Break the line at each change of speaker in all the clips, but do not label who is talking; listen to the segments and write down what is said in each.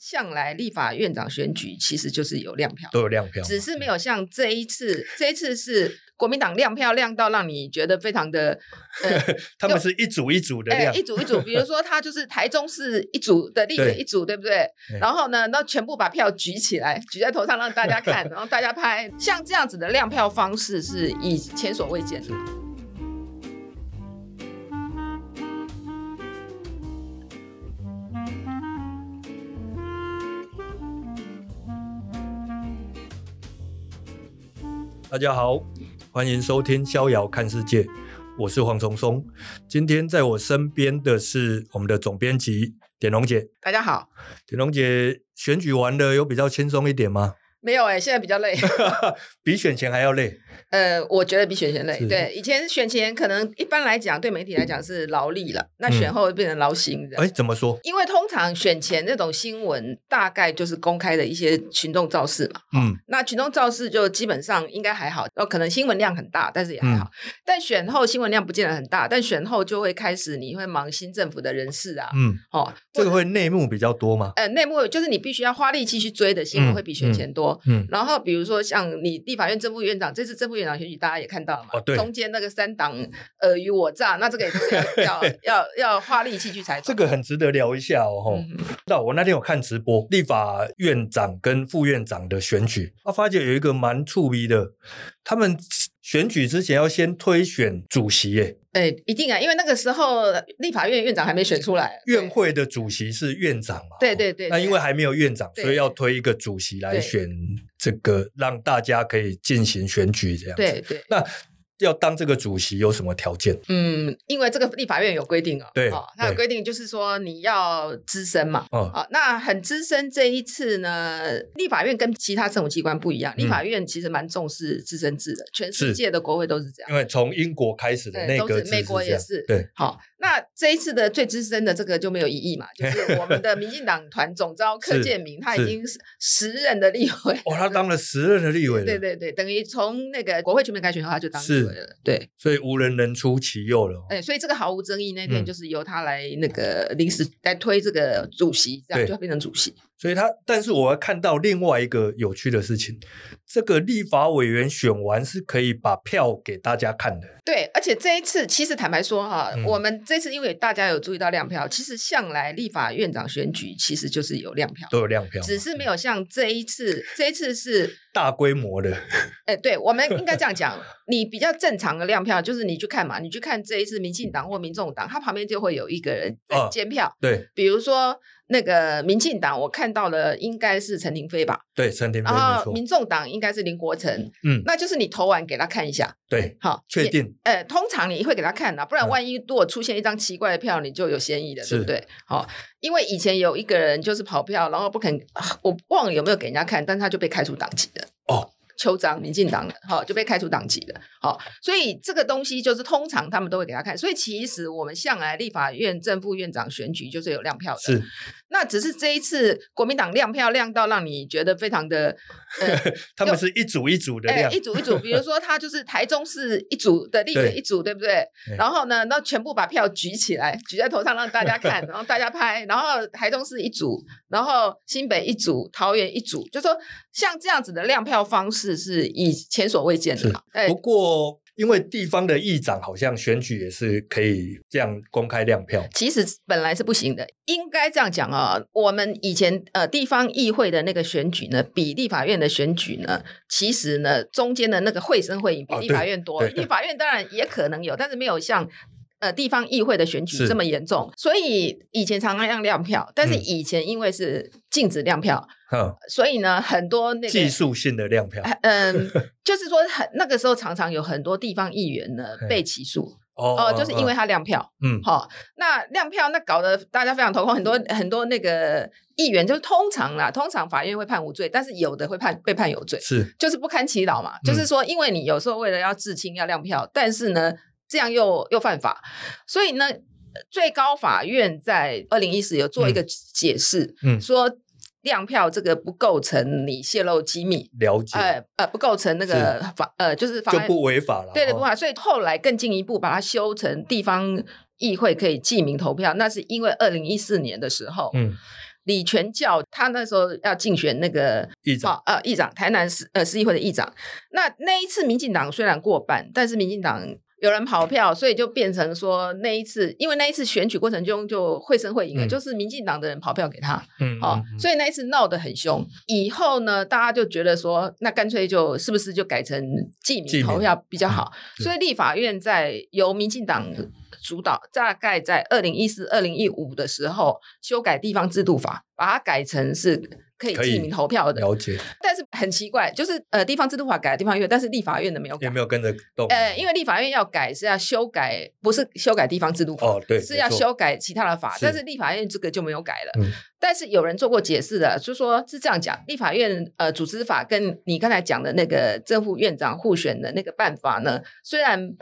向来立法院长选举其实就是有亮票，
都有亮哦票嘛，
只是没有像这一次，这一次是国民党亮票亮到让你觉得非常的，呃，
他们是一组一组的
哎、
亮
一，组一组，比如说他就是台中市一组的立委
对
一组，对不对
对？
然后呢，那全部把票举起来，举在头上让大家看，然后大家拍，像这样子的亮票方式是以前所未见的。
大家好，欢迎收听《逍遥看世界》，我是黄崇松。今天在我身边的是我们的总编辑典龙姐。
大家好，
典龙姐，选举完了有比较轻松一点吗？
没有哎、现在比较累。
比选前还要累。
呃，我觉得比选前累
是。
对，以前选前可能一般来讲，对媒体来讲是劳力了，那
嗯
选后变成劳心这样。
哎，怎么说？
因为通常选前那种新闻，大概就是公开的一些群众造势嘛。
嗯，
那群众造势就基本上应该还好，呃，可能新闻量很大，但是也还好。
嗯
但选后新闻量不见得很大，但选后就会开始你会忙新政府的人事啊，
嗯，
哦，
这个会内幕比较多吗？
呃，内幕就是你必须要花力气去追的新闻
嗯
会比选前多。
嗯，
然后比如说像你立法院正副院长，这次正副院长选举大家也看到了嘛，
哦对
中间那个三党尔虞我诈，那这个也是 要要要要花力气去采访。
这个很值得聊一下哦。吼
嗯哼
那我那天有看直播，立法院长跟副院长的选举，啊，发觉有一个蛮触鼻的，他们选举之前要先推选主席，耶，
哎、一定啊，因为那个时候立法院院长还没选出来，
院会的主席是院长嘛？哦
对对对
那
对
因为还没有院长，
对
所以要推一个主席来
对
选，这个让大家可以进行选举这样子。
对 对，
那要当这个主席有什么条件？
嗯，因为这个立法院有规定哦，
对
哦，它有
对
规定就是说你要资深嘛。
哦，
啊、那很资深。这一次呢，立法院跟其他政府机关不一样，立法院其实蛮重视资深制的，全世
嗯是
界的国会都是这样
因。为从英国开始的
对
内
都
阁
是
制
美国
这
也
样
是
对，
好，那这一次的最资深的这个就没有异议嘛，就是我们的民进党团总召柯
是
建明，他已
是
经是十任的立 委了，
哦，他当了时任的立委了，
对对对，等于从那个国会全面改选后，他就当立
是
委了，对，
所以无人能出其右了哦。
哎，所以这个毫无争议，那天
嗯
就是由他来那个临时来推这个主席，这样
对
就变成主席，
所以他，但是我要看到另外一个有趣的事情，这个立法委员选完是可以把票给大家看的，
对，而且这一次，其实坦白说哈，
嗯
我们这次因为大家有注意到亮票，其实向来立法院长选举其实就是有亮票，
都有亮票，
只是没有像这一次，这一次是，
大规模的，
哎，对我们应该这样讲， 你比较正常的亮票就是你去看嘛，你去看这一次民进党或民众党，它旁边就会有一个人在
啊
监票，
对
比如说那个民进党，我看到了应该是陈廷飞吧，
对，陈廷飞
然
没
后
错，
民众党应该是林国成，
嗯，
那就是你投完给他看一下，
对，
好，
确
你
定，
呃，通常你会给他看呐、不然
嗯
万一如果出现一张奇怪的票，你就有嫌疑了，对
是
不对？好、因为以前有一个人就是跑票，然后不肯，啊我忘了有没有给人家看，但是他就被开除党籍了。
哦，
秋章，民进党的，好、就被开除党籍了。好、所以这个东西就是通常他们都会给他看，所以其实我们向来立法院正副院长选举就是有亮票的，
是
那只是这一次国民党亮票亮到让你觉得非常的
他们是一组一组的
哎，
亮
一，组一组，比如说他就是台中市一组的立委
对
一组，对不对
对？
然后呢，那全部把票举起来，举在头上让 大家看，然后大家拍。然后台中市一组，然后新北一组，桃园一组，就说像这样子的亮票方式是以前所未见的嘛。哎
不，过因为地方的议长好像选举也是可以这样公开亮票，
其实本来是不行的，应该这样讲啊、我们以前呃地方议会的那个选举呢，比立法院的选举呢，其实呢中间的那个会声会影比
哦
立
对
法院多。
对
立法院当然也可能有，但是没有像。呃，地方议会的选举
是
这么严重，所以以前常常要亮票，但是
嗯
以前因为是禁止亮票，
哼，
所以呢，很多那个
技术性的亮票，
嗯，就是说很那个时候常常有很多地方议员呢
嘿
被起诉，
哦
哦、就是因为，他亮票，
嗯，
好、那亮票那搞得大家非常头痛，很多很多那个议员就是通常啦，通常法院会判无罪，但是有的会判被判有罪，
是
就是不堪其扰嘛。
嗯
就是说，因为你有时候为了要自清要亮票，但是呢，这样又又犯法，所以呢，最高法院在二零一四有做一个解释，
嗯
说亮票这个不构成你泄露机密，
了解，
呃呃，不构成那个法呃就是妨
就
碍
不违法了，
对的，
哦
不法。所以后来更进一步把它修成地方议会可以记名投票，那是因为二零一四年的时候，
嗯，
李全教他那时候要竞选那个
议长
哦呃议长，台南市呃市议会的议长。那那一次民进党虽然过半，但是民进党有人跑票，所以就变成说那一次，因为那一次选举过程中就会声会影了，
嗯
就是民进党的人跑票给他。
嗯
哦，
嗯嗯嗯
所以那一次闹得很凶。以后呢，大家就觉得说，那干脆就是不是就改成记
记
名
名
投票比较
嗯
好？
是
所以立法院在由民进党主导，大概在二零一四、二零一五的时候修改地方制度法，把它改成是。可以
可以
记名投票的，
了解，
但是很奇怪，就是呃，地方制度法改了地方院，但是立法院的没有改
也。没有跟着动。
呃，因为立法院要改是要修改，不是修改地方制度法，
哦对
是要
没错
修改其他的法，
是
但是立法院这个就没有改了。
嗯
但是有人做过解释的，就说是这样讲：立法院呃组织法跟你刚才讲的那个正副院长互选的那个办法呢，虽然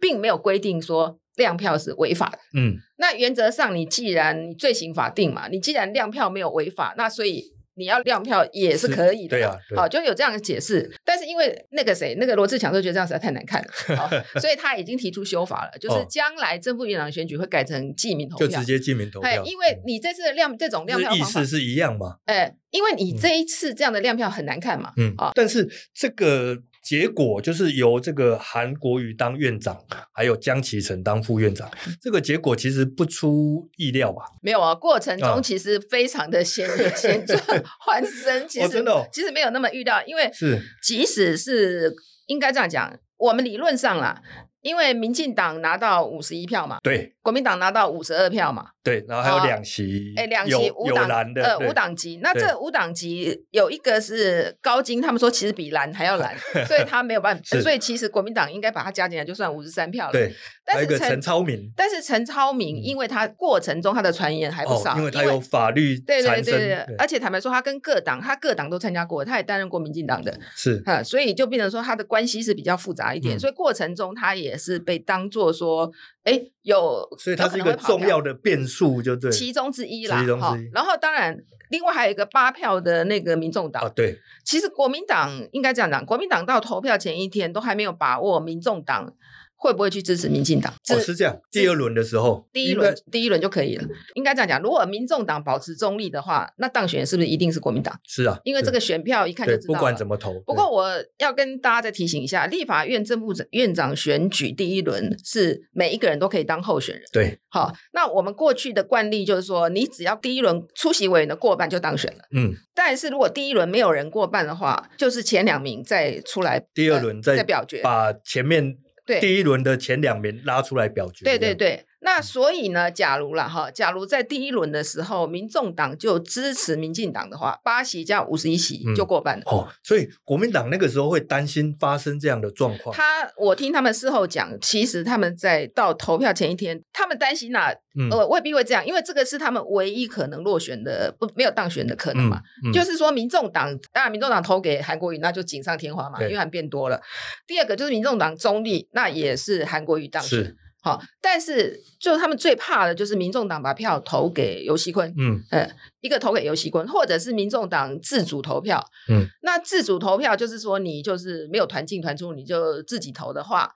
并没有规定说亮票是违法的。
嗯，
那原则上，你既然你罪行法定嘛，你既然亮票没有违法，那所以你要亮票也是
是
可以的。
对啊对
好，就有这样的解释。但是因为那个谁，那个罗志强都觉得这样实在太难看了， 好所以他已经提出修法了，就是
哦
将来正副院长选举会改成记名投
就
票。
直接记名投
哎
票，，
因为你这次的亮这种亮票
这意
方法
思，是一嗯样嘛。
哎，因为你这一次这样的亮票很难看嘛，
嗯，但是这个结果就是由这个韩国瑜当院长，还有江启臣当副院长，
嗯
这个结果其实不出意料吧？
没有啊，过程中
啊
其实非常的 险险状环生，其实
真的哦
其实没有那么预料，因为
是
即使是应该这样讲，我们理论上啦，因为民进党拿到五十一票嘛，
对
国民党拿到五十二票嘛，
对，然后还有
哦
两席，
哎，两
有
席五
有
党
蓝的，
呃
对
五党籍，那
对
这五党籍有一个是高金，他们说其实比蓝还要 蓝，所以他没有办法，
是
所以其实国民党应该把它加进来，就算五十三票了。，
对，还
但
有一
是
个陈超明
但是陈超明，
嗯
因为他过程中他的传言还不
哦
少，，
因为他有法律
对对对
缠身，
对对，而且坦白说，他跟各党，他各党都参加过，他也担任过民进党的，
是
哈，所以就变成说他的关系是比较复杂一点，
嗯
所以过程中他也是被当做说，哎，有，
所以它
有可
是一
能
个
会跑
重
票
要的变数，就对
其中之一啦，
其中之
哈
一
然后当然，另外还有一个八票的那个民众党，
啊，对，
其实国民党应该这样讲，国民党到投票前一天都还没有把握民众党会不会去支持民进党，
哦是这样。第二轮的时候，
第一
应该
轮第一轮就可以了，应该这样讲。如果民众党保持中立的话，那当选是不是一定是国民党？
是啊，
因为这个选票一
是
看就
对，
知道
不
了。
管怎么投，
不过我要跟大家再提醒一下，立法院正副院长选举第一轮是每一个人都可以当候选人。
对，
好，那我们过去的惯例就是说，你只要第一轮出席委员的过半就当选了。
对嗯，
但是如果第一轮没有人过半的话，就是前两名再出来
第二
呃
轮
再表决。
把前面
对
第一轮的前两名拉出来表决，
对
这
对
样，
对，那所以呢，假如啦哈，假如在第一轮的时候，民众党就支持民进党的话，八席加五十一席
嗯
就过半了。
哦，所以国民党那个时候会担心发生这样的状况，
他，我听他们事后讲，其实他们在到投票前一天，他们担心呐、
嗯
呃，未必会这样，因为这个是他们唯一可能落选的，不没有当选的可能
嗯
嘛。，
嗯
就是说，民众党当然，民众党投给韩国瑜，那就锦上添花嘛，
对
因为韩变多了。第二个就是民众党中立，那也是韩国瑜当选。
是，
好，但是就是他们最怕的就是民众党把票投给尤熙坤，呃
嗯
一个投给尤熙坤，或者是民众党自主投票。
嗯，
那自主投票就是说，你就是没有团进团出，你就自己投的话。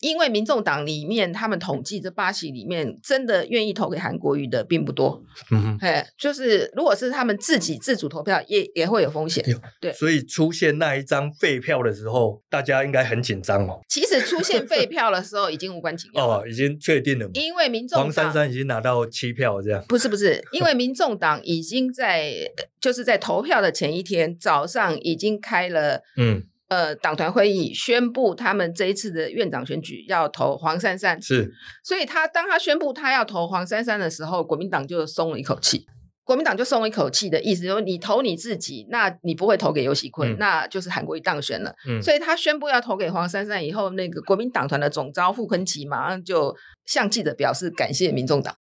因为民众党里面，他们统计这八席里面，真的愿意投给韩国瑜的并不多。
嗯哼。
哎，就是如果是他们自己自主投票，也也会有风险。对
所以出现那一张废票的时候，大家应该很紧张哦。
其实出现废票的时候已经无关紧要了，
哦，已经确定了嘛，
因为民众
黄珊
党
珊已经拿到七票，这样
不是不 是，因为民众党已经在就是在投票的前一天早上已经开了
嗯
呃党团会议，宣布他们这一次的院长选举要投黄珊珊，
是
所以他当他宣布他要投黄珊珊的时候，国民党就松了一口气。国民党就松了一口气的意思，就是你投你自己，那你不会投给尤喜坤，
嗯
那就是韩国瑜当选了。
嗯，
所以他宣布要投给黄珊珊以后，那个国民党团的总召傅昆奇马上就向记者表示感谢民众党。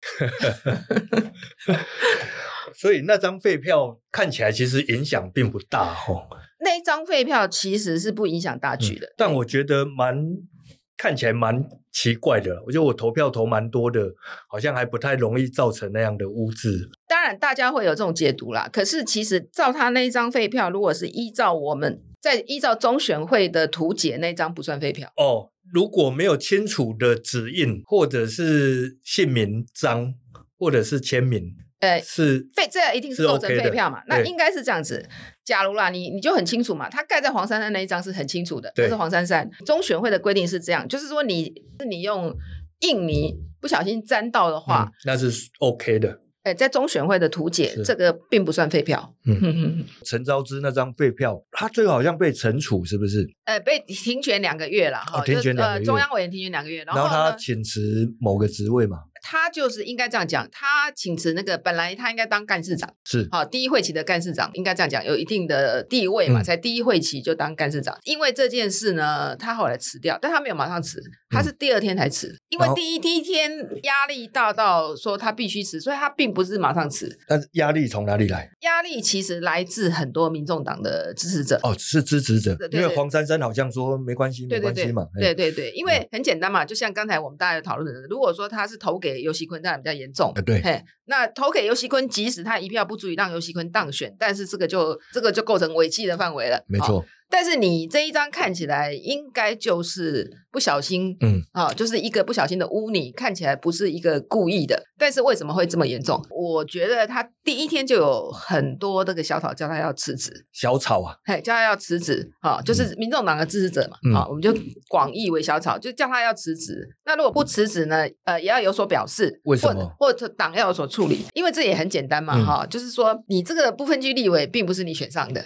所以那张废票看起来其实影响并不大哦，
那一张废票其实是不影响大局的，
但我觉得蛮看起来蛮奇怪的。我觉得我投票投蛮多的，好像还不太容易造成那样的污渍。
当然大家会有这种解读啦。可是其实照他那一张废票，如果是依照我们在依照中选会的图解，那一张不算废票。
哦，如果没有清楚的指印，或者是姓名章，或者是签名，
呃，
是嗯
废这一定是
是
构成
OK 的
废票嘛？那
对
应该是这样子。假如啦，你你就很清楚嘛，他盖在黄珊珊那一张是很清楚的，
对
这是黄珊珊。中选会的规定是这样，就是说你是你用印泥不小心沾到的话
嗯，那是 OK 的。
哎、在中选会的图解
嗯是，
这个并不算废票。
嗯
嗯，
陈昭之那张废票，他最后好像被惩处，是不是？
呃，被停权两个月了哈，
哦停权
就
两个
呃
月
中央委员停权两个月，然
然
后
后
呢
他请辞某个职位嘛？
他就是应该这样讲，他请辞那个本来他应该当干事长，
是，
好，第一会期的干事长应该这样讲，有一定的地位嘛，
嗯
才第一会期就当干事长。因为这件事呢，他后来辞掉，但他没有马上辞，他是第二天才辞，因为
嗯然后
第一第一天压力大到说他必须辞，所以他并不是马上辞。
但是压力从哪里来？
压力其实来自很多民众党的支持者。
哦，是支持者
对，对
因为
对
黄珊珊好像说没关系，
对对
没关系
对
嘛。，
对
哎，
对对，因为很简单嘛，就像刚才我们大家有讨论的，如果说他是投给尤熙坤，当然比较严重
呃。对
嘿，那投给尤熙坤，即使他一票不足以让尤熙坤当选，但是这个就这个就构成违纪的范围了。
没
哦
错，
但是你这一张看起来应该就是不小心，
嗯，
啊、就是一个不小心的污泥，看起来不是一个故意的。但是为什么会这么严重？我觉得他第一天就有很多那个小草叫他要辞职，
小草啊，
嘿，叫他要辞职，啊、就是民众党的支持者嘛，啊、
嗯
我们就广义为小草，就叫他要辞职。那如果不辞职呢，呃，也要有所表示，
为什
或
么
或者党要有所处理，因为这也很简单嘛，
嗯
哈、就是说你这个不分区立委并不是你选上的，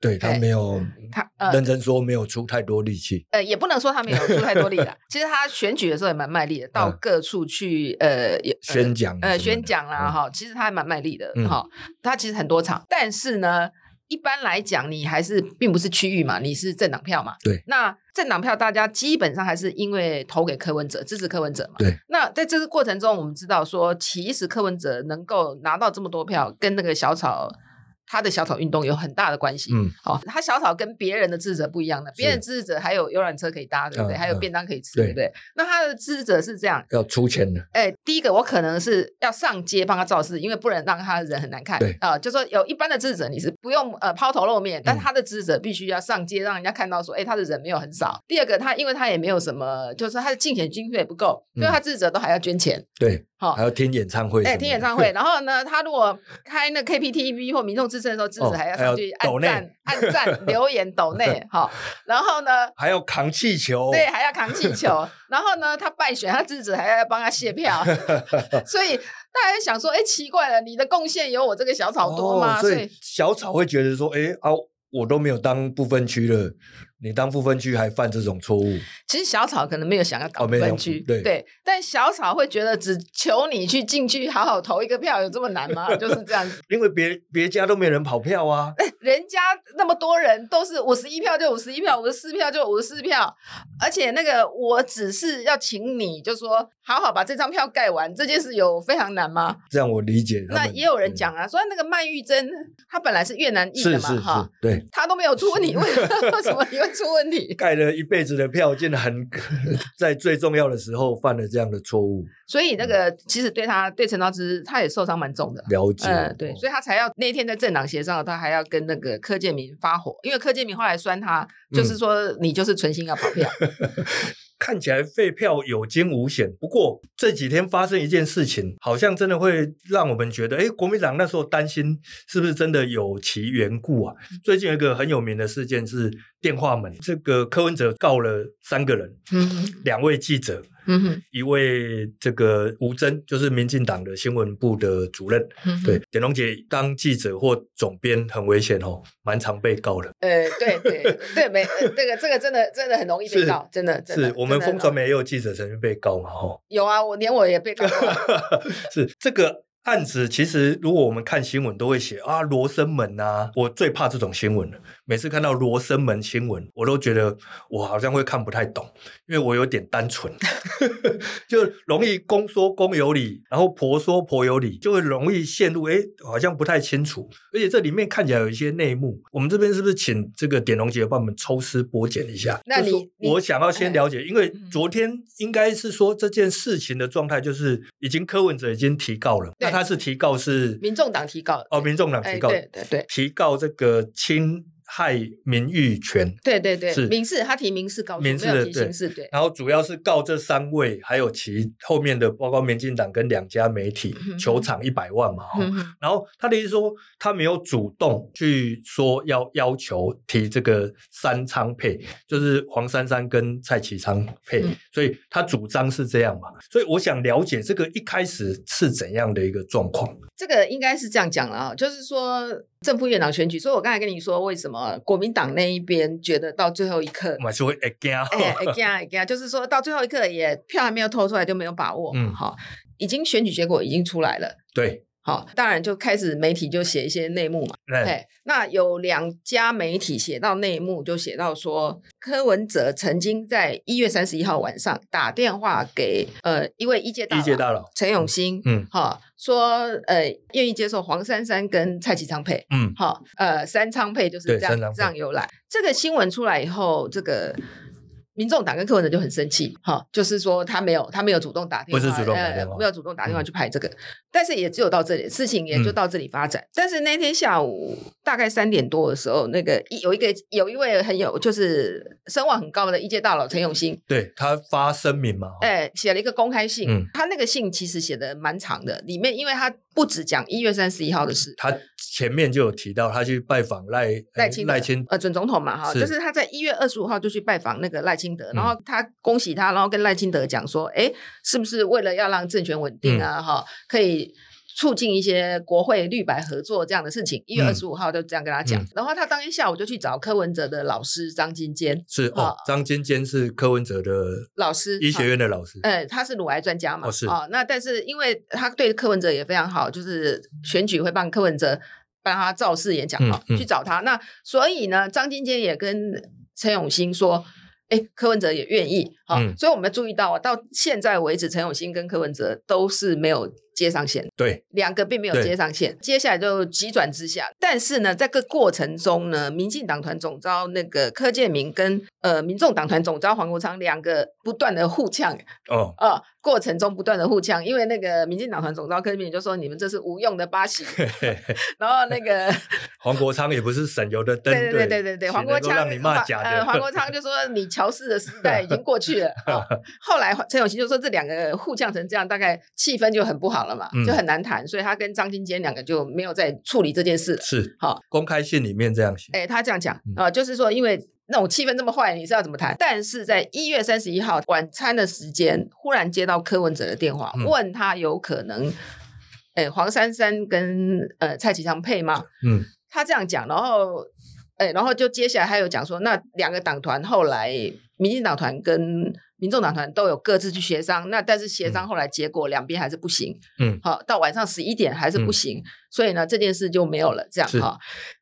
对他
哎
没有
他呃
认真说，没有出太多力气。
呃，也不能说他没有出太多力 啦。其实他选举的时候也蛮卖力的，到
嗯
各处去呃也呃
宣讲啊
呃
什么
宣
的
讲啦
嗯
哈，其实他还蛮卖力的
嗯
哈。他其实很多场，但是呢，一般来讲你还是并不是区域嘛，你是政党票嘛。
对。
那政党票大家基本上还是因为投给柯文哲，支持柯文哲嘛。
对。
那在这个过程中，我们知道说，其实柯文哲能够拿到这么多票，跟那个小草。他的小草运动有很大的关系，
嗯，
哦，他小草跟别人的智者不一样的，别人支持者还有游览车可以搭，对不对？
嗯
还有
嗯
便当可以吃，
对
对不对？那他的支持者是这样，
要出钱的，
哎，第一个我可能是要上街帮他造势，因为不能让他的人很难看，
对
啊、就说有一般的支持者你是不用呃抛头露面，
嗯
但他的支持者必须要上街，让人家看到说，哎，他的人没有很少。第二个，他因为他也没有什么，就是他的竞选经费不够，
嗯
所以他支持者都还要捐钱，
对，
好、
还要听演唱会什么的，
哦哎，听演唱会，然后呢，他如果开那 KPTV 或民众之声的时候，支持
哦
还要
还
上
要
去
抖
按
内
赞、按 赞、留言、抖内，好，然后呢，
还要扛气球，
对，还要扛气 球，然后呢，他败选，他支持还要帮他卸票，所以大家想说，哎，奇怪了，你的贡献有我这个小草多吗？
哦
所
所
以
以小草会觉得说，哎啊，我都没有当不分区了，你当不分区还犯这种错误，
其实小草可能没有想要搞
哦没有
分区，
对
但小草会觉得只求你去进去好好投一个票，有这么难吗？就是这样子。
因为别别家都没人跑票啊，
人家那么多人都是五十一票就五十一票，五十四票就五十四票，而且那个我只是要请你，就说好好把这张票盖完，这件事有非常难吗？
这样我理解他
那
们。
也有人讲啊，说那个曼玉珍，她本来是越南
嗯
裔
是
的
是
嘛，
是
哈，，
对，
她都没有出问题，为为什么你会出问题？
盖了一辈子的票，竟然很 在最重要的时候犯了这样的错误，
所以那个其实对她对陈昭之，她也受伤蛮重的。
了解。
嗯，对，
哦
所以她才要那天在政党协商，她还要跟那个柯建明发火，因为柯建明后来酸她，
嗯
就是说你就是存心要跑 票，
看起来废票有惊无险，不过这几天发生一件事情，好像真的会让我们觉得，哎，国民党那时候担心是不是真的有其缘故啊？
嗯
最近有一个很有名的事件是电话门，这个柯文哲告了三个人，
嗯哼
两位记者，
嗯哼
一位这个吴征，就是民进党的新闻部的主任，
嗯哼，
对，点龙姐当记者或总编很危险哦，蛮常被告的。
呃，对对对，没呃这个这个真的真的很容易被
是
告，真的真的
是我们
真的哦
风传媒也有记者曾经被告嘛，哦吼。
有啊，我连我也被告过 啊，
是这个案子，其实如果我们看新闻，都会写啊罗生门啊，我最怕这种新闻了。每次看到罗生门新闻，我都觉得我好像会看不太懂，因为我有点单 纯，就容易公说公有理，然后婆说婆有理，就会容易陷入哎，诶好像不太清楚。而且这里面看起来有一些内幕，我们这边是不是请这个点龙姐帮我们抽丝剥茧一下？
那
就
你
说
你
我想要先了解，因为
嗯
昨天应该是说这件事情的状态就是已经柯文哲已经提告了，
对
那他是提告是
民众党提告的
哦，民众党
哎，
提告，
对对对，
提告这个侵害名誉权，
对对对，
是
民事他提民事告诉，没
民事
有
的
提
对
刑事，对，
然后主要是告这三位，还有其后面的包括民进党跟两家媒体
嗯哼
球场一百万嘛。哦
嗯哼
然后他的意思说，他没有主动去说要要求提这个三仓配，就是黄珊珊跟蔡启昌配，
嗯
所以他主张是这样嘛。所以我想了解这个一开始是怎样的一个状况。
这个应该是这样讲了啊，就是说正副院长选举，所以我刚才跟你说，为什么国民党那一边觉得到最后一 刻
我，们说 again，、
哎，哎呀哎呀，就是说到最后一刻也票还没有投出来就没有把握，
嗯
嗯，好，已经选举结果已经出来了，
对，
好，当然就开始媒体就写一些内幕嘛，
哎，
哎，那有两家媒体写到内幕，就写到说柯文哲曾经在一月三十一号晚上打电话给呃一位一届大
一届
佬
大佬，
陈永新，
嗯
哈、说呃愿意接受黄珊珊跟蔡其昌配。
嗯，
好、呃，三仓配就是
对
这样
三仓配
这样由来。这个新闻出来以后，这个民众党跟柯文哲就很生气，哈、就是说他没有他没有主动打电话，
不是主动打电话
呃、没有主动打电话
嗯
去拍这个，但是也只有到这里，事情也就
嗯
到这里发展。但是那天下午大概三点多的时候，那个一有一个有一位很有就是声望很高的一届大佬陈永兴，
对他发声明嘛，哦
哎，写了一个公开信。
嗯
他那个信其实写的蛮长的，里面因为他不只讲一月三十一号的事。
他前面就有提到他去拜访赖
赖
哎
清德
赖清
呃，准总统嘛，哈，
是嗯
就是他在一月二十五号就去拜访那个赖清德，然后他恭喜他，然后跟赖清德讲说，哎，是不是为了要让政权稳定
嗯
啊，哈、可以促进一些国会绿白合作这样的事情？一月二十五号就这样跟他讲，
嗯
然后他当天下午就去找柯文哲的老师张金坚
是哦
啊，
张尖尖是柯文哲的
老师，
医学
哈
院的老师，
呃，他是乳癌专家嘛，
嗯哦是
哦，那但是因为他对柯文哲也非常好，就是选举会帮柯文哲帮他造势演讲
嗯
哈、
嗯
去找他。那所以呢，张金坚也跟陈永兴说。哎，柯文哲也愿意，好、
嗯
所以我们注意到啊，到现在为止，陈永兴跟柯文哲都是没有接上线，
对，
两个并没有
对
接上线，接下来就急转直下。但是呢，在这个过程中呢，民进党团总召那个柯建明跟呃民众党团总召黄国昌两个不断的互呛，
哦，
呃，过程中不断的互呛，因为那个民进党团总召柯建明就说你们这是无用的巴 西，然后那个
黄国昌也不是省油的灯，
对对对对对对，
岂
黄国
能够
昌
让你骂
黄
假
呃，
的，
黄国昌就说你乔氏 的时代已经过去了。哦、后来陈永新就说这两个互呛成这样，大概气氛就很不好了嘛，
嗯
就很难谈，所以他跟张金坚两个就没有再处理这件事了。
是
好
公开信里面这样写，
哎，他这样讲
嗯
啊、呃就是说，因为那种气氛这么坏，你是要怎么谈？但是在一月三十一号晚餐的时间，忽然接到柯文哲的电话，
嗯
问他有可能，哎，黄珊珊跟呃蔡其昌配吗？
嗯，
他这样讲，然后，哎，然后就接下来还有讲说，那两个党团后来，民进党团跟民众党团都有各自去协商，那但是协商后来结果两边还是不行，
嗯
好，到晚上十一点还是不行，所以呢这件事就没有了，这样
是
哈。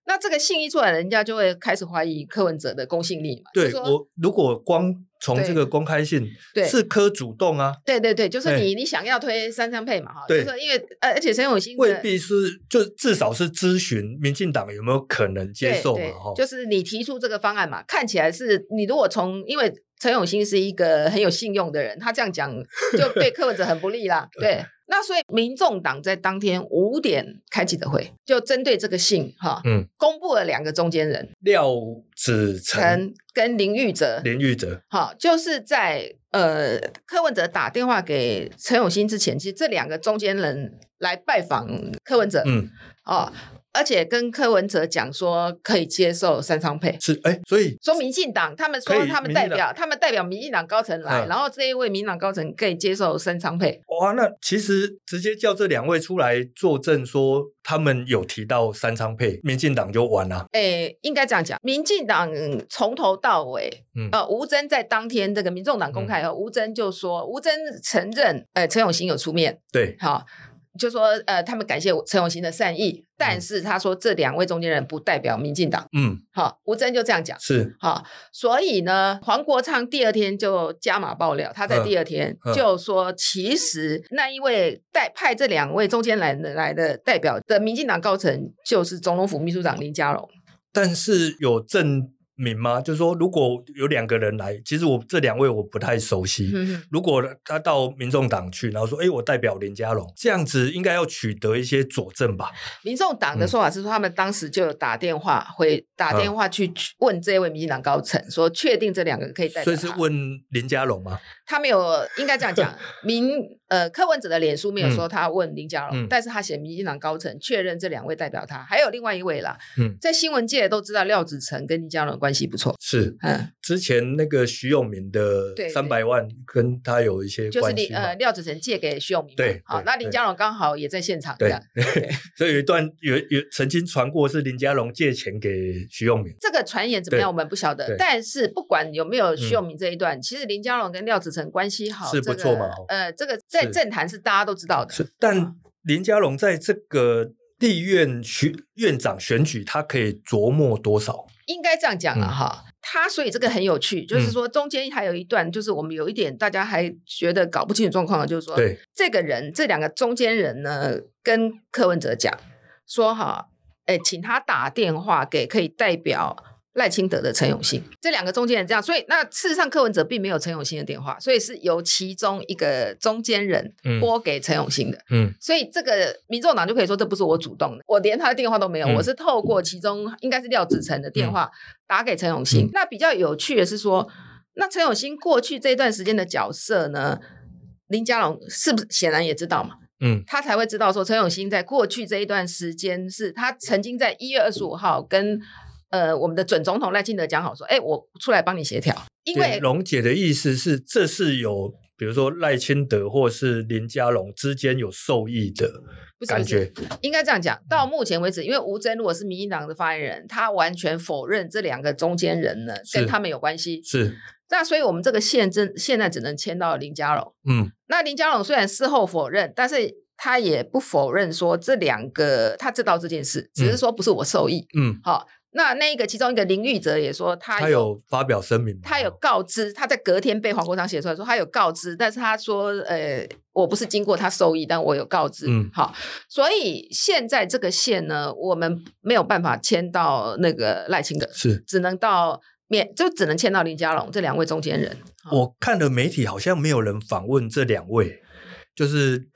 那这个信一出来，人家就会开始怀疑柯文哲的公信力嘛，就
对
说
我如果光从
对
这个公开信
对
是柯主动啊，
对对对，就是
哎
你、你想要推三相配嘛哈，就
对
是说因为呃而且陈永新的
未必是就至少是咨询民进党有没有可能接
对
受嘛，
对
哈，
就是你提出这个方案嘛，看起来是你如果从因为陈永新是一个很有信用的人，他这样 讲就对柯文哲很不利啦。对，那所以民众党在当天五点开记者会，就针对这个信哈，
嗯，
公布了两个中间人
廖子成、
陈跟林玉哲，
林玉哲，
哈，就是在呃柯文哲打电话给陈永新之前，其实这两个中间人来拜访柯文哲，
嗯，
哦。而且跟柯文哲讲说可以接受三仓配，
是哎，所以
说民进党，他们
可
说
以
他们
民进
代表，他们代表民进党高层来，
嗯
然后这一位民进党高层可以接受三仓配，
哇，那其实直接叫这两位出来作证，说他们有提到三仓配，民进党就完了、
诶，应该这样讲，民进党嗯从头到尾，
嗯
呃，吴征在当天这个民众党公开以后，吴征就说，吴征承认，呃，陈永新有出面，
对，
哈、就说呃，他们感谢陈永新的善意，但是他说这两位中间人不代表民进党，
嗯，
哈、吴征就这样讲。
是，
好，所以呢，黄国昌第二天就加码爆料，他在
嗯
第二天
嗯
就说，其实那一位代派这两位中间来的来的代表的民进党高层，就是总统府秘书长林佳龙。
但是有证明吗？就是说，如果有两个人来，其实我这两位我不太熟悉。
嗯
如果他到民众党去，然后说：“哎、我代表林佳龙。”这样子应该要取得一些佐证吧？
民众党
嗯
的说法是说，他们当时就有打电话回打电话去问这位民进党高层，说确定这两个人可以代
所
表
以是
他。
问林佳龙吗？
他没有，应该这样 讲，民呃柯文哲的脸书没有说他问林佳龙，
嗯
但是他写民进党高层确认这两位代表他，还有另外一位啦，
嗯
在新闻界都知道廖子成跟林佳龙的关系不错，
是
嗯，
之前那个徐永明的
对对
三百万跟他有一些
就是
关
李
系嘛
呃廖子成借给徐永明嘛，
对
好，
对
那林佳龙刚好也在现场，这样，
所以有一段有有曾经传过是林佳龙借钱给徐永明，
这个传言怎么样
对
我们不晓得
对，嗯
但是不管有没有徐永明这一段，其实林佳龙跟廖子成关系好，
是
这
不
个
错嘛哦
呃，这个在
是
政坛是大家都知道的，
是但林佳龙在这个立院选院长选举，他可以琢磨多少？
应该这样讲了
嗯
哈。他所以这个很有趣，就是
嗯
说中间还有一段，就是我们有一点大家还觉得搞不清楚状况的，就是说
对，
这个人这两个中间人呢，跟柯文哲讲说哈，哎，请他打电话给可以代表。赖清德的陈永信，这两个中间人这样，所以那事实上柯文哲并没有陈永信的电话，所以是由其中一个中间人
嗯
拨给陈永信的。
嗯，
所以这个民众党就可以说，这不是我主动的，我连他的电话都没有，
嗯
我是透过其中应该是廖子成的电话打给陈永新。
嗯
那比较有趣的是说，那陈永新过去这段时间的角色呢，林佳龙是不是显然也知道嘛？
嗯，
他才会知道说陈永新在过去这一段时间是他曾经在一月二十五号跟呃我们的准总统赖清德讲好说，哎，我出来帮你协调，因为
点龙姐的意思是，这是有比如说赖清德或是林佳龙之间有受益的
不是
感
不是
觉，
应该这样讲，
嗯
到目前为止，因为吴峥如果是民进党的发言人，他完全否认这两个中间人呢
是
跟他们有关系。
是
那所以我们这个宪政现在只能签到林佳龙。
嗯
那林佳龙虽然事后否认，但是他也不否认说这两个他知道这件事，只是说不是我受益。
嗯，
好、那那一个其中一个林玉哲也说他
他
有
有发表声明吗，
他有告知，他在隔天被黄国昌写出来说他有告知，但是他说呃，我不是经过他授意，但我有告知。
嗯
好，所以现在这个线呢，我们没有办法签到那个赖清德，
是。
只能到免就只能签到林佳龙这两位中间人。
我看了媒体好像没有人访问这两位，就是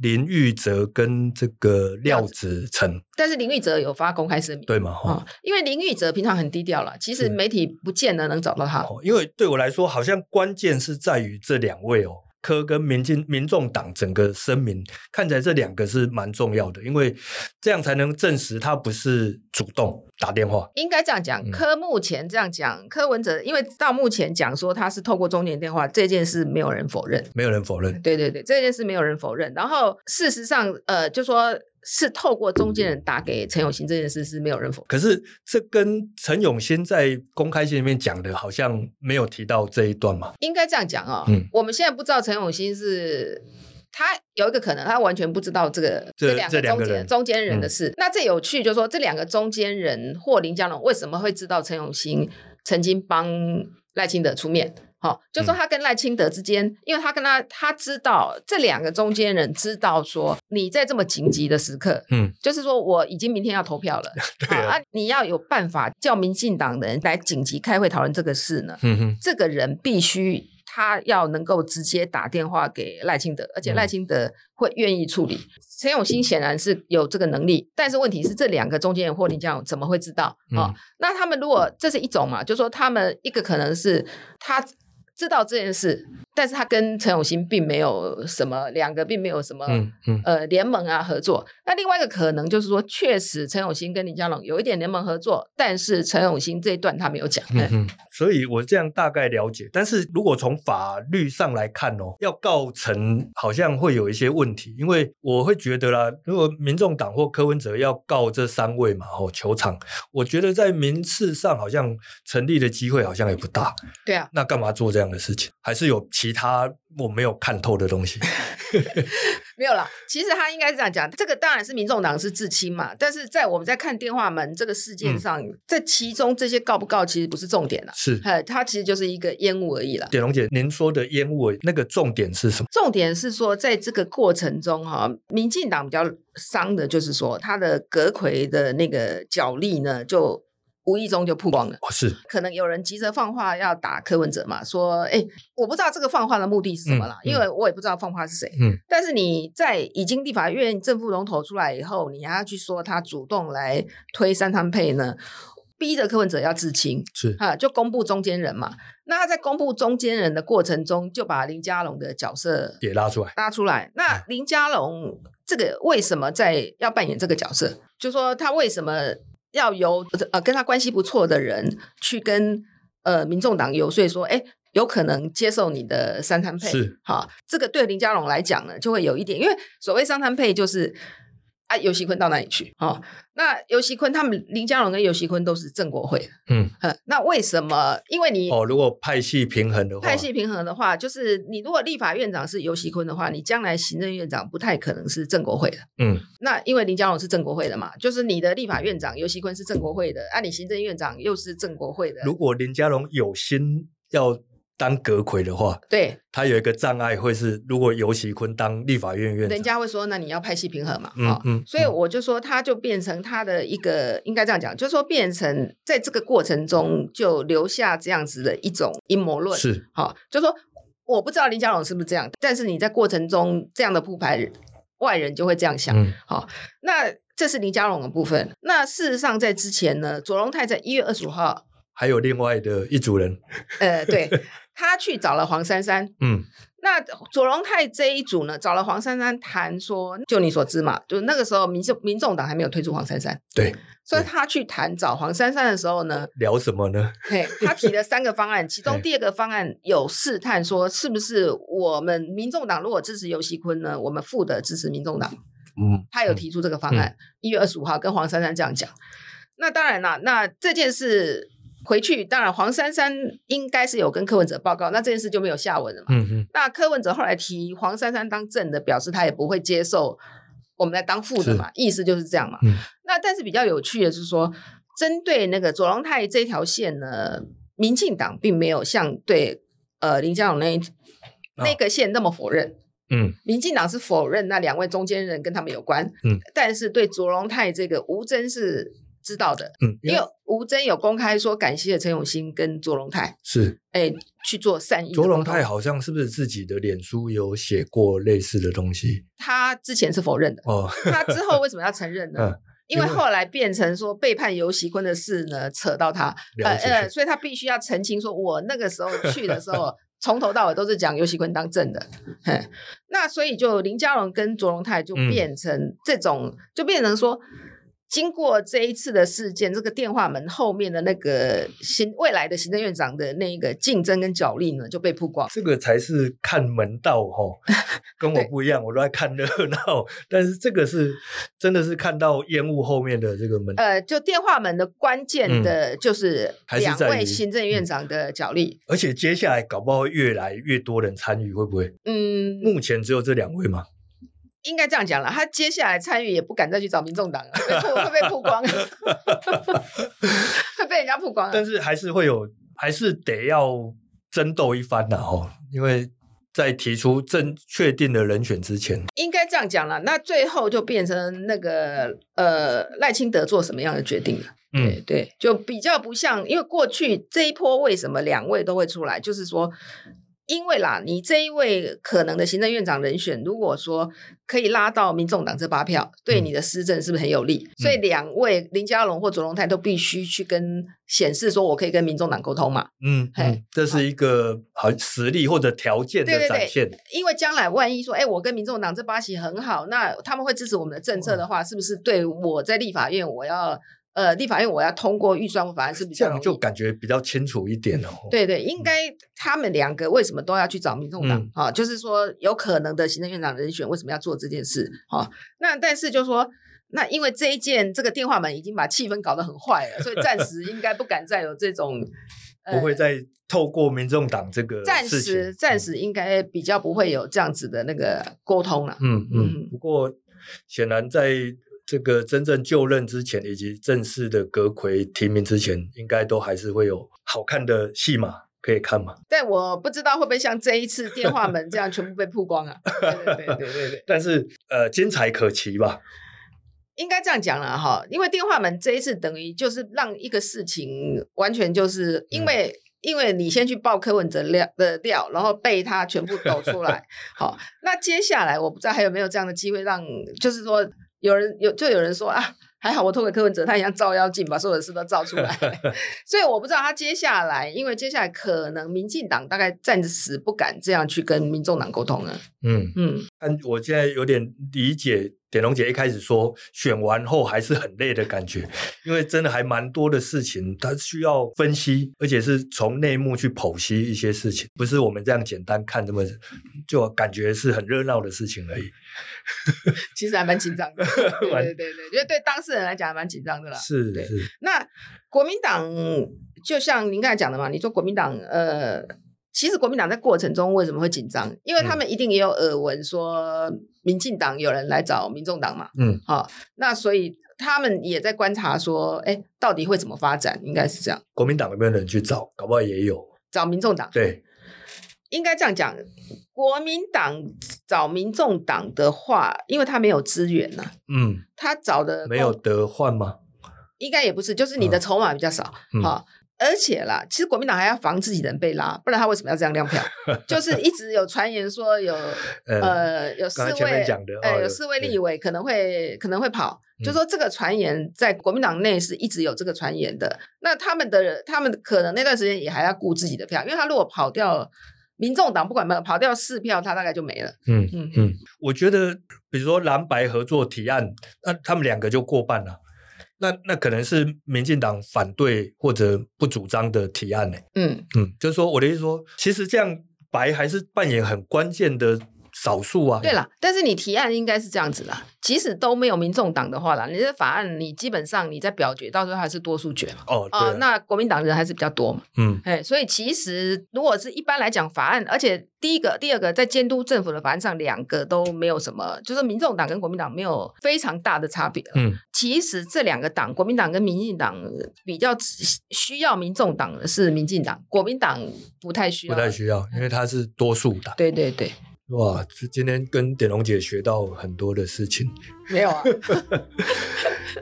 林玉哲跟这个廖子成，
但是林玉哲有发公开声明。
对吗？哈、
啊、因为林玉哲平常很低调了，其实
是
媒体不见得能找到他。
哦，因为对我来说，好像关键是在于这两位哦，科跟民进民众党整个声明，看起来这两个是蛮重要的，因为这样才能证实他不是主动打电话。
应该这样讲，
嗯
柯目前这样讲，柯文哲因为到目前讲说他是透过中年电话这件事，没有人否认。
没有人否认，
对对对，这件事没有人否认。然后事实上，呃，就说是透过中间人打给陈永新这件事是没有人否认。
可是这跟陈永先在公开信里面讲的，好像没有提到这一段嘛？
应该这样讲哦，
嗯
我们现在不知道陈永新是。他有一个可能，他完全不知道这个
这
两
这
个
两
中
个
间
人嗯
中间人的事。那这有趣，就是说这两个中间人或林佳龙为什么会知道陈永新曾经帮赖清德出面？好、就说他跟赖清德之间，因为他跟他他知道这两个中间人知道说你在这么紧急的时刻，
嗯，
就是说我已经明天要投票了，
对
好啊，你要有办法叫民进党的人来紧急开会讨论这个事呢，
嗯哼，
这个人必须他要能够直接打电话给赖清德，而且
嗯
赖清德会愿意处理。陈永新显然是有这个能力，但是问题是这两个中间人或林佳龙怎么会知道？哦
嗯，
那他们如果这是一种嘛，就说他们一个可能是他。知道这件事，但是他跟陈永新并没有什么，两个并没有什么、
嗯嗯，
呃联盟啊合作。那另外一个可能就是说，确实陈永新跟林佳龙有一点联盟合作，但是陈永新这一段他没有讲。
嗯哼，所以我这样大概了解，但是如果从法律上来看哦，要告成好像会有一些问题，因为我会觉得啦，如果民众党或柯文哲要告这三位嘛，哦，球场，我觉得在民事上好像成立的机会好像也不大，
对啊，
那干嘛做这样的事情？还是有其他我没有看透的东西？
没有啦，其实他应该是这样讲，这个当然是民众党是至亲嘛，但是在我们在看电话门这个事件上，这其中这些告不告其实不是重点啦，
是
呃，它其实就是一个烟雾而已啦。
点龙姐，您说的烟雾那个重点是什么？
重点是说，在这个过程中哈、民进党比较伤的就是说，他的阁魁的那个角力呢，就无意中就曝光了。
哦，是
可能有人急着放话要打柯文哲嘛，说，哎，我不知道这个放话的目的是什么啦，
嗯嗯
因为我也不知道放话是谁。
嗯，
但是你在已经立法院正副龙头出来以后，你还要去说他主动来推三汤配呢，逼着柯文哲要自清
是
啊，就公布中间人嘛。那他在公布中间人的过程中，就把林佳龙的角色
也拉出来，嗯
拉出来。那林佳龙这个为什么在要扮演这个角色？就说他为什么要由呃跟他关系不错的人去跟呃民众党游说说，哎，有可能接受你的三摊配？
是
好，这个对林佳龙来讲呢，就会有一点，因为所谓三摊配就是。啊，尤熙坤到哪里去？哦，那尤熙坤他们林佳龙跟尤熙坤都是郑国会的，
嗯，
呃那为什么？因为你
哦，如果派系平衡的话，
派系平衡的话，就是你如果立法院长是尤熙坤的话，你将来行政院长不太可能是郑国会的。
嗯，
那因为林佳龙是郑国会的嘛，就是你的立法院长尤熙坤是郑国会的，啊，你行政院长又是郑国会的，
如果林佳龙有心要当阁魁的话，
对，
他有一个障碍会是，如果尤喜坤当立法院院长，
人家会说那你要派系平衡嘛，啊、
嗯嗯，
所以
嗯
我就说，他就变成他的一个，应该这样讲，就是说变成在这个过程中就留下这样子的一种阴谋论，
是
好、就说我不知道林佳龙是不是这样，但是你在过程中这样的铺排，外人就会这样想。
嗯
那这是林佳龙的部分。那事实上，在之前呢，左荣泰在一月二十五号，
还有另外的一组人，
呃， 对他去找了黄珊珊。
嗯，
那左荣泰这一组呢，找了黄珊珊谈说，就你所知嘛，就那个时候民众民众党还没有推出黄珊珊，
对，
所以他去谈找黄珊珊的时候呢，
聊什么呢？
嘿，他提了三个方案，其中第二个方案有试探说，是不是我们民众党如果支持尤熙坤呢，我们负的支持民众党。
嗯，
他有提出这个方案，一、月二十五号跟黄珊珊这样讲。那当然啦，那这件事回去，当然黄珊珊应该是有跟柯文哲报告，那这件事就没有下文了嘛。
嗯嗯
那柯文哲后来提黄珊珊当正的，表示他也不会接受我们来当副的嘛，意思就是这样嘛。
嗯
那但是比较有趣的是说，针对那个左龙泰这条线呢，民进党并没有像对呃林佳龙那一
啊
那个线那么否认。
嗯
民进党是否认那两位中间人跟他们有关，
嗯，
但是对卓荣泰这个吴征是知道的，
嗯，
因为吴征有公开说感谢陈永新跟卓荣泰，
是
哎，去做善意的沟
卓
通。
龙泰好像是不是自己的脸书有写过类似的东西
他之前是否认的，
哦？
他之后为什么要承认呢
嗯？
因为
因为
后来变成说背叛尤习坤的事呢，扯到他，呃
了解
呃，所以他必须要澄清说，我那个时 候去的时候，从头到尾都是讲尤喜坤当正的，嘿那所以就林佳龙跟卓荣泰就
嗯
变成这种，就变成说，经过这一次的事件，这个电话门后面的那个行未来的行政院长的那个竞争跟角力呢，就被曝光。
这个才是看门道 哦，跟我不一样，我都在看热闹，但是这个是真的是看到烟雾后面的这个门，
呃，就电话门的关键的就是
嗯还是
两
在
位
于嗯
行政院长的角力，
而且接下来搞不好会越来越多人参与，会不会？
嗯，
目前只有这两位嘛？
应该这样讲了，他接下来参与也不敢再去找民众党了，会曝会被曝光，会 被人家曝光啊。
但是还是会有，还是得要争斗一番呐、哦，因为在提出正确定的人选之前，
应该这样讲了，那最后就变成那个呃赖清德做什么样的决定了？对
嗯，
对，就比较不像，因为过去这一波为什么两位都会出来，就是说。因为啦，你这一位可能的行政院长人选，如果说可以拉到民众党这八票，对
嗯
你的施政是不是很有利？所以两位林佳龙或左荣泰都必须去跟显示说，我可以跟民众党沟通嘛。
嗯
嘿
嗯，这是一个好实力或者条件
对
的
对对
展现，
因为将来万一说，哎，我跟民众党这八席很好，那他们会支持我们的政策的话，是不是对我在立法院我要呃立法院我要通过预算或法案是比
这
较
样
容易
就感觉比较清楚一点哦。
对对，应该他们两个为什么都要去找民众党
嗯
啊？就是说有可能的行政院长人选为什么要做这件事 啊？那但是就说。那因为这一件这个电话门已经把气氛搞得很坏了，所以暂时应该不敢再有这种，呃
不会再透过民众党这个
暂
事情嗯
时暂，时应该比较不会有这样子的那个沟通了。
嗯嗯
嗯
嗯。不过显然在这个真正就任之前，以及正式的阁魁提名之前，应该都还是会有好看的戏码可以看嘛。
但我不知道会不会像这一次电话门这样全部被曝光啊？对对对对对对，
但是呃，精彩可期吧。
应该这样讲了哈，因为电话门这一次等于就是让一个事情完全就是因为、因为你先去爆柯文哲料的料，然后被他全部抖出来。好，那接下来我不知道还有没有这样的机会让，就是说有人有就有人说啊，还好我拖给柯文哲，他一样照妖镜把所有的事都照出来。所以我不知道他接下来，因为接下来可能民进党大概暂时不敢这样去跟民众党沟通了。
嗯，
嗯，
但我现在有点理解点龙姐一开始说选完后还是很累的感觉，因为真的还蛮多的事情，它需要分析，而且是从内幕去剖析一些事情，不是我们这样简单看这么就感觉是很热闹的事情而已。
其实还蛮紧张的。对
蛮
对对对，因为对当事人来讲还蛮紧张的啦。
是
对
是，
那国民党
嗯
就像您刚才讲的嘛，你说国民党呃，其实国民党在过程中为什么会紧张？因为他
嗯
们一定也有耳闻说民进党有人来找民众党嘛，
嗯，
好、那所以他们也在观察说，哎，到底会怎么发展？应该是这样，
国民党有没有人去找？搞不好也有。
找民众党
对，
应该这样讲，国民党找民众党的话，因为他没有资源呐、
嗯，
他找的
没有得换吗？
应该也不是，就是你的
嗯
筹码比较少，好、
嗯
而且啦，其实国民党还要防自己人被拉，不然他为什么要这样亮票？就是一直有传言说有
呃，
呃有四
刚才前面
位
讲的哦
呃有
有
四位
对
立委可能会可能会跑，就
嗯
说这个传言在国民党内是一直有这个传言的。那他们的他们可能那段时间也还要顾自己的票，因为他如果跑掉。民众党不管有没有跑掉四票，他大概就没了。
嗯，
嗯，
嗯我觉得，比如说蓝白合作提案，那他们两个就过半了。那那可能是民进党反对或者不主张的提案呢、
嗯，
嗯，就是说我的意思说，其实这样白还是扮演很关键的少数啊。
对，啦，但是你提案应该是这样子啦，即使都没有民众党的话啦，你的法案你基本上你在表决，到时候还是多数决嘛。
哦，
哦、
对啊、
那国民党人还是比较多嘛，
嗯
哎，所以其实如果是一般来讲法案，而且第一个、第二个在监督政府的法案上，两个都没有什么，就是民众党跟国民党没有非常大的差别了。
嗯
其实这两个党，国民党跟民进党比较需要民众党的是民进党，国民党不太需
不
要。
太需要，因为他是多数党。
对对对，
哇，这今天跟点龙姐学到很多的事情。
没有啊，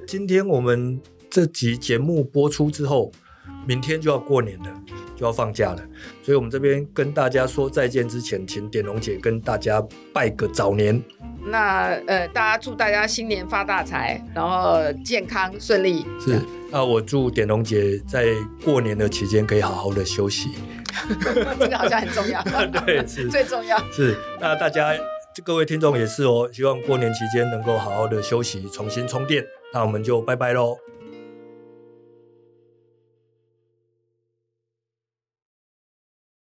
今天我们这集节目播出之后，明天就要过年了，就要放假了，所以我们这边跟大家说再见之前，请点龙姐跟大家拜个早年。
那呃，大家祝大家新年发大财，然后健康顺利。
是，啊那我祝点龙姐在过年的期间可以好好的休息。
这个好像很重要，
对，是
最重要。
是。那大家各位听众也是哦，希望过年期间能够好好的休息，重新充电。那我们就拜拜喽。